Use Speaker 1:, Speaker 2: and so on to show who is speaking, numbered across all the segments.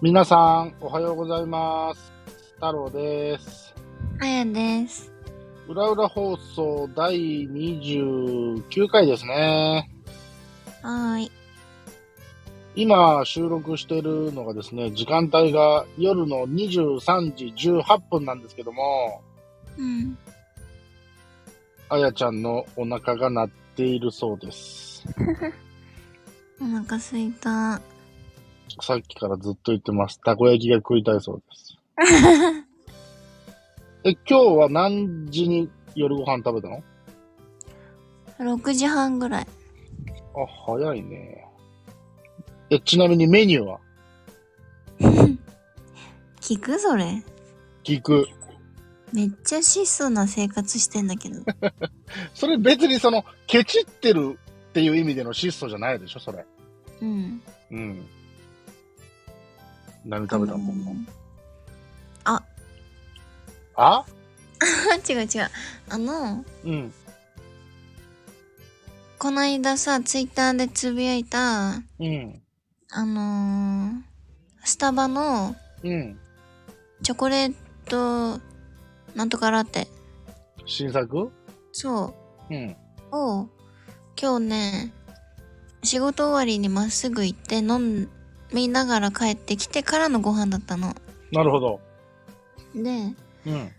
Speaker 1: 皆さん、おはようございます。太郎です。
Speaker 2: あやです。
Speaker 1: うらうら放送第29回ですね。
Speaker 2: はーい。
Speaker 1: 今収録してるのがですね、時間帯が夜の23時18分なんですけども、
Speaker 2: うん。
Speaker 1: あやちゃんのお腹が鳴っているそうです。
Speaker 2: お腹すいた。
Speaker 1: さっきからずっと言ってます。たこ焼きが食いたいそうです。え、今日は何時に夜ご飯食べたの
Speaker 2: 6時半ぐらい。
Speaker 1: あ、早いね。え、ちなみにメニューは
Speaker 2: 聞くそれ。
Speaker 1: 聞く。
Speaker 2: めっちゃ質素な生活してんだけど。
Speaker 1: それ別にその、ケチってるっていう意味での質素じゃないでしょ、それ。
Speaker 2: うん。
Speaker 1: うん。何食べたの、あ
Speaker 2: あのー 違う違う。あの、
Speaker 1: うん。
Speaker 2: この間さ、ツイッターでつぶやいた、
Speaker 1: うん。
Speaker 2: あのー、スタバの
Speaker 1: うん。
Speaker 2: チョコレート、なんとかラテ。
Speaker 1: 新作
Speaker 2: そう。
Speaker 1: うん。
Speaker 2: を今日ね仕事終わりにまっすぐ行って飲みながら帰ってきてからのご飯だったの。
Speaker 1: なるほど。
Speaker 2: で、
Speaker 1: うん。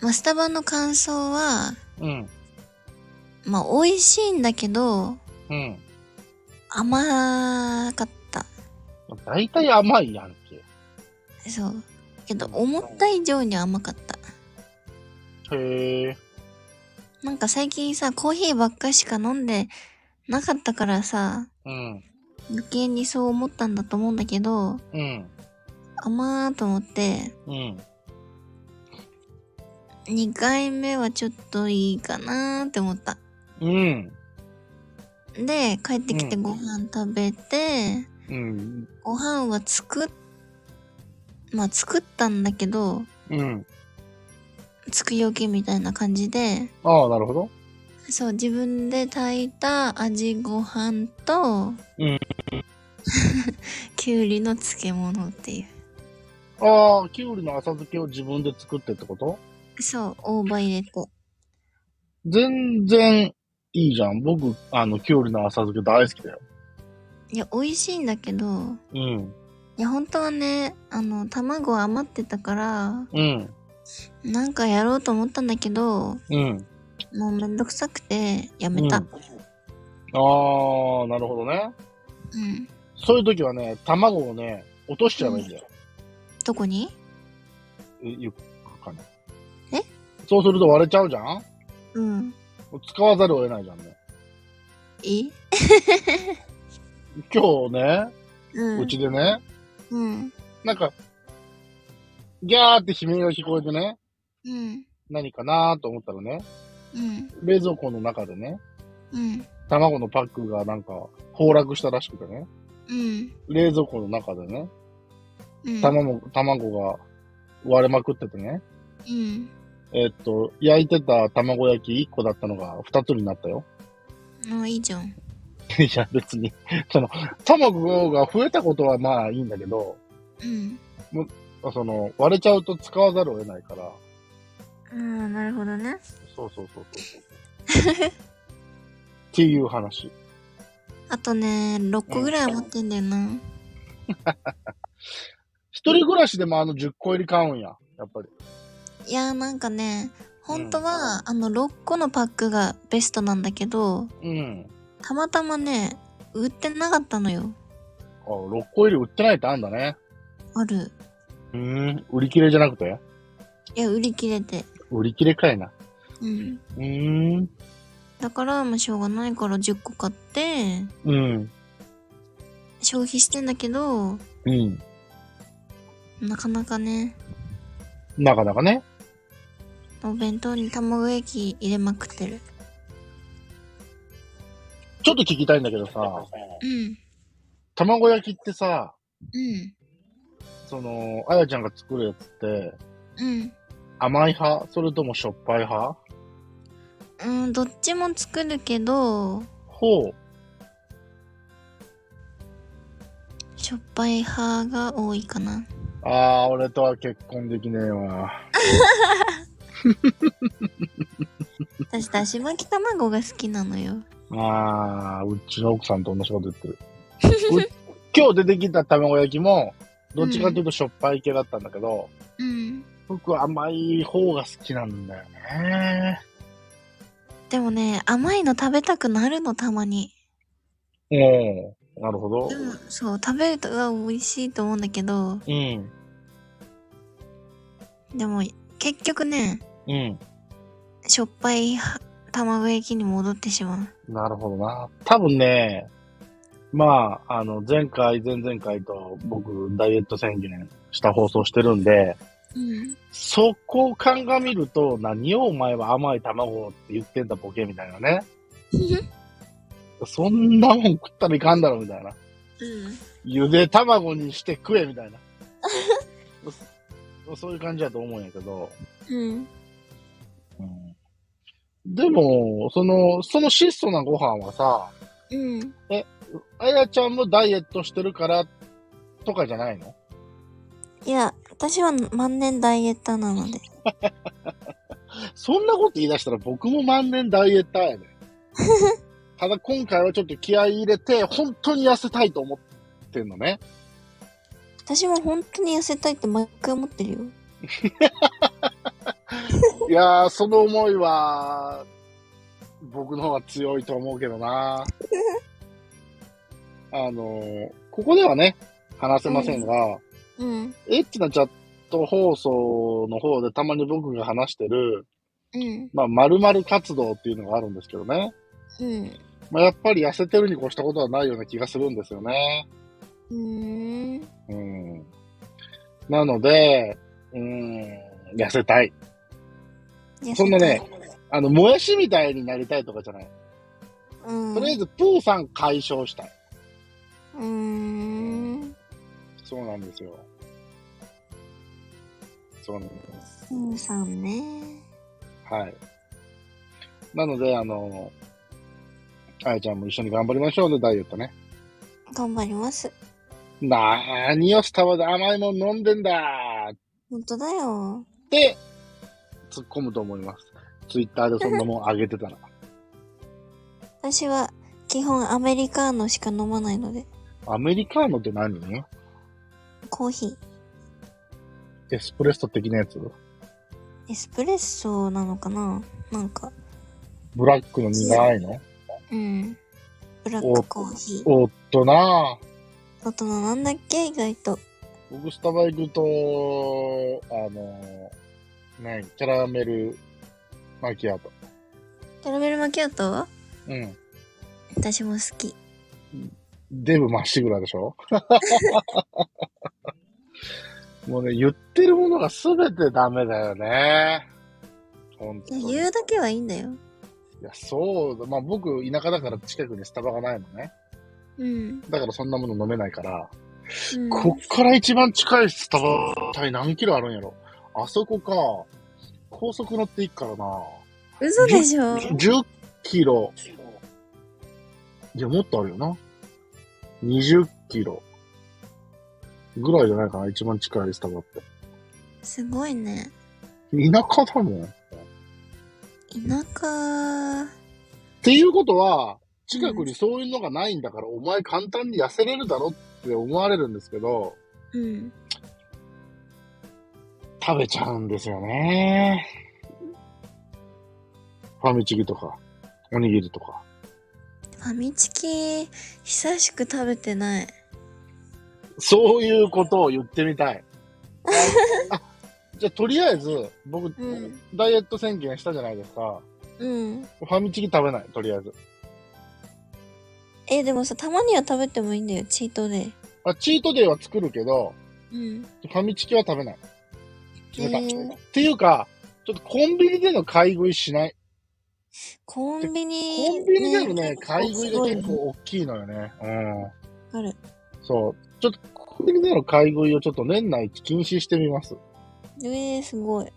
Speaker 2: まあ、スタバの感想は、
Speaker 1: うん。
Speaker 2: まあ、美味しいんだけど
Speaker 1: うん。
Speaker 2: 甘かった。
Speaker 1: 大体甘いやんけ。
Speaker 2: そう。けど思った以上に甘かった。
Speaker 1: へえ。
Speaker 2: なんか最近さコーヒーばっかしか飲んでなかったからさ
Speaker 1: うん。
Speaker 2: 余計にそう思ったんだと思うんだけど
Speaker 1: うん。
Speaker 2: 甘ーと思って
Speaker 1: うん。
Speaker 2: 2回目はちょっといいかなーって思った。
Speaker 1: うん。
Speaker 2: で、帰ってきて
Speaker 1: うん
Speaker 2: ご飯食べて、
Speaker 1: うん。
Speaker 2: ご飯は作っ、まあ作ったんだけど、
Speaker 1: うん。
Speaker 2: 作り置きみたいな感じで、
Speaker 1: ああ、なるほど。
Speaker 2: そう、自分で炊いた味ご飯と、
Speaker 1: うん
Speaker 2: きゅうりの漬物ってい
Speaker 1: ああ、きゅうりの浅漬けを自分で作ってってこと
Speaker 2: う。そう、大葉入れて。
Speaker 1: 全然いいじゃん。僕、あの、きゅうりの浅漬け大好きだよ。
Speaker 2: いや、美味しいんだけど、
Speaker 1: うん。
Speaker 2: いや、本当はね、あの、卵余ってたから、
Speaker 1: うん。
Speaker 2: なんかやろうと思ったんだけど、
Speaker 1: うん。
Speaker 2: もうめんどくさくて、やめた。
Speaker 1: ああ、なるほどね。
Speaker 2: うん
Speaker 1: そういう時はね、卵をね、落としちゃえばいいんだよ。
Speaker 2: どこに
Speaker 1: えゆっかね。
Speaker 2: え
Speaker 1: そうすると割れちゃうじゃん
Speaker 2: うん。
Speaker 1: 使わざるを得ないじゃんね。
Speaker 2: え
Speaker 1: 今日ね、
Speaker 2: うん。
Speaker 1: うちでね、
Speaker 2: うん。
Speaker 1: なんか、ギャーって悲鳴が聞こえてね、
Speaker 2: うん。
Speaker 1: 何かなーと思ったらね、
Speaker 2: うん。
Speaker 1: 冷蔵庫の中でね、
Speaker 2: うん。
Speaker 1: 卵のパックがなんか崩落したらしくてね、
Speaker 2: うん。
Speaker 1: 冷蔵庫の中でね、
Speaker 2: うん。
Speaker 1: 卵、卵が割れまくっててね、
Speaker 2: うん。
Speaker 1: えっと、焼いてた卵焼き1個だったのが2つになったよ。
Speaker 2: あ、いいじゃん。
Speaker 1: いや、別に。その、卵が増えたことはまあいいんだけど、
Speaker 2: うん。
Speaker 1: その、割れちゃうと使わざるを得ないから。
Speaker 2: ああ、なるほどね。
Speaker 1: そうそうそうそう。 っていう話。
Speaker 2: あとね、6個ぐらい余ってんだよな。
Speaker 1: 一人暮らしでもあの10個入り買うんや。やっぱり。
Speaker 2: いやー、なんかね、本当は、あの、6個のパックがベストなんだけど、
Speaker 1: うん。
Speaker 2: たまたまね、売ってなかったのよ。
Speaker 1: あ、6個入り売ってないってあんだね。
Speaker 2: ある。
Speaker 1: うーん。売り切れじゃなくて
Speaker 2: いや、売り切れて。
Speaker 1: 売り切れかいな。
Speaker 2: うん。
Speaker 1: うーん。
Speaker 2: だから、まあ、しょうがないから10個買って、
Speaker 1: うん。
Speaker 2: 消費してんだけど、
Speaker 1: うん。
Speaker 2: なかなかね、
Speaker 1: なかなかね。
Speaker 2: お弁当に卵液入れまくってる。
Speaker 1: ちょっと聞きたいんだけどさ、
Speaker 2: うん。
Speaker 1: 卵焼きってさ、
Speaker 2: うん。
Speaker 1: その、あやちゃんが作るやつって、
Speaker 2: うん。
Speaker 1: 甘い派それともしょっぱい派
Speaker 2: うん、どっちも作るけど、
Speaker 1: ほう。
Speaker 2: ししょっぱい派が多いかな。
Speaker 1: ああ、俺とは結婚できねえわ。
Speaker 2: 私、だし巻き卵が好きなのよ。
Speaker 1: ああ、うちの奥さんと同じこと言ってる。 う今日出てきた卵焼きも、どっちかというとしょっぱい系だったんだけど、
Speaker 2: うん。
Speaker 1: 僕は甘い方が好きなんだよね。
Speaker 2: でもね、甘いの食べたくなるの、たまに。
Speaker 1: おおなるほど
Speaker 2: で。も、そう、食べると、うわ、美味しいと思うんだけど、
Speaker 1: うん。
Speaker 2: でも、結局ね、
Speaker 1: うん。
Speaker 2: しょっぱいは卵焼きに戻ってしまう。
Speaker 1: なるほどな。多分ね、まあ、あの、前回、前々回と僕、ダイエット宣言した放送してるんで、
Speaker 2: うん。
Speaker 1: そこを鑑みると、何をお前は甘い卵って言ってんだボケみたいなね。そんなもん食ったらいかんだろみたいな。
Speaker 2: うん。
Speaker 1: ゆで卵にして食えみたいな。 そそういう感じだと思うんやけど。
Speaker 2: うん。
Speaker 1: うんでも、その、その質素なご飯はさ、
Speaker 2: うん。
Speaker 1: あやちゃんもダイエットしてるからとかじゃないの
Speaker 2: いや、私は万年ダイエッターなので。
Speaker 1: そんなこと言い出したら僕も万年ダイエッター やで。ただ今回はちょっと気合い入れて、本当に痩せたいと思ってんのね。
Speaker 2: 私も本当に痩せたいって毎回思ってるよ。
Speaker 1: いやー、その思いは、僕の方が強いと思うけど な。あのーここではね、話せませんが、
Speaker 2: うん。
Speaker 1: エッチなチャット放送の方でたまに僕が話してる、
Speaker 2: うん。
Speaker 1: まあ、〇〇活動っていうのがあるんですけどね。
Speaker 2: うん。
Speaker 1: まあ、やっぱり痩せてるに越したことはないような気がするんですよね。
Speaker 2: うーん。
Speaker 1: うん。なので、うん、痩せたい。
Speaker 2: 痩せたい
Speaker 1: そんなね。あの、もやしみたいになりたいとかじゃない。
Speaker 2: うん。
Speaker 1: とりあえず、プーさん解消したい。
Speaker 2: うーん。
Speaker 1: そうなんですよ。そうなんです。
Speaker 2: ふうさんね。
Speaker 1: はい。なので、あの、あやちゃんも一緒に頑張りましょうね、ダイエットね。
Speaker 2: 頑張ります。
Speaker 1: なーによ、スタバで甘いもん飲んでんだーっ
Speaker 2: 本当だよ。
Speaker 1: て、突っ込むと思います。ツイッターでそんなもんあげて たら。
Speaker 2: 私は基本アメリカーノしか飲まないので。
Speaker 1: アメリカーノって何
Speaker 2: コーヒー。
Speaker 1: エスプレッソ的なやつ
Speaker 2: エスプレッソなのかななんか。
Speaker 1: ブラックの苦いの
Speaker 2: うん。ブラックコーヒー。
Speaker 1: おっとなぁ。
Speaker 2: 大人なんだっけ意外と。
Speaker 1: 僕、スタバ行くと、あのー、何キャラメルマキアート。
Speaker 2: キャラメルマキアートは
Speaker 1: うん。
Speaker 2: 私も好き。
Speaker 1: デブまっしぐらでしょ もうね、言ってるものが全てダメだよね。本当
Speaker 2: いや
Speaker 1: に。い
Speaker 2: 言うだけはいいんだよ。
Speaker 1: や、そうだ。まあ僕、田舎だから近くにスタバがないのね。
Speaker 2: うん。
Speaker 1: だからそんなもの飲めないから。
Speaker 2: うん
Speaker 1: こっから一番近いスタバ、一体何キロあるんやろあそこか。高速乗っていくからな。
Speaker 2: 嘘でしょ
Speaker 1: 10キロ。いや、もっとあるよな。20キロ。ぐらいじゃないかな、一番近いスタバって。
Speaker 2: すごいね。
Speaker 1: 田舎だもん。っ
Speaker 2: 田舎。
Speaker 1: ていうことは、近くにそういうのがないんだから、お前簡単に痩せれるだろって思われるんですけど、
Speaker 2: うん。
Speaker 1: 食べちゃうんですよね。ファミチキとか、おにぎりとか。
Speaker 2: ファミチキ、久しく食べてない。
Speaker 1: そういうことを言ってみ たい。あ、あじゃあとりあえず、僕、
Speaker 2: ん
Speaker 1: ダイエット宣言したじゃないですか。
Speaker 2: うん。
Speaker 1: ファミチキ食べない、とりあえず。
Speaker 2: え、でもさ、たまには食べてもいいんだよ、チートで。
Speaker 1: あチートデイは作るけど、
Speaker 2: うん。
Speaker 1: ファミチキは食べない。決めた
Speaker 2: へー
Speaker 1: っていうか、ちょっとコンビニでの買い食いしない。
Speaker 2: コンビニ、
Speaker 1: コンビニでのね、買い食
Speaker 2: す
Speaker 1: いが
Speaker 2: ごい
Speaker 1: 結構大きいのよね。うん。
Speaker 2: ある。
Speaker 1: そう。ちょっと、コンビニでの買い食いをちょっと年内禁止してみます。
Speaker 2: えー、すごい。
Speaker 1: はい。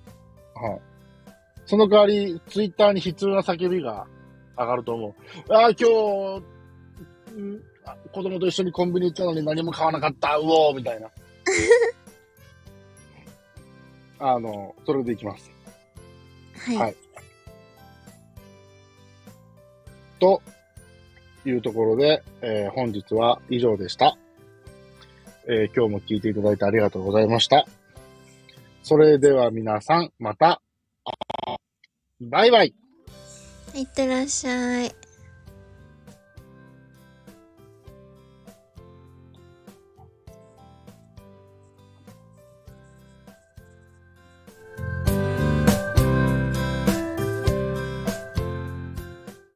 Speaker 1: その代わり、ツイッターに悲痛な叫びが上がると思う。ああ、今日、んあ子供と一緒にコンビニ行ったのに何も買わなかった、うおーみた いな。あの、それでいきます。
Speaker 2: はい。
Speaker 1: はいというところで、えー本日は以上でした、えー今日も聞いていただいてありがとうございました。それでは皆さん、また、バイバイ
Speaker 2: いってらっしゃい。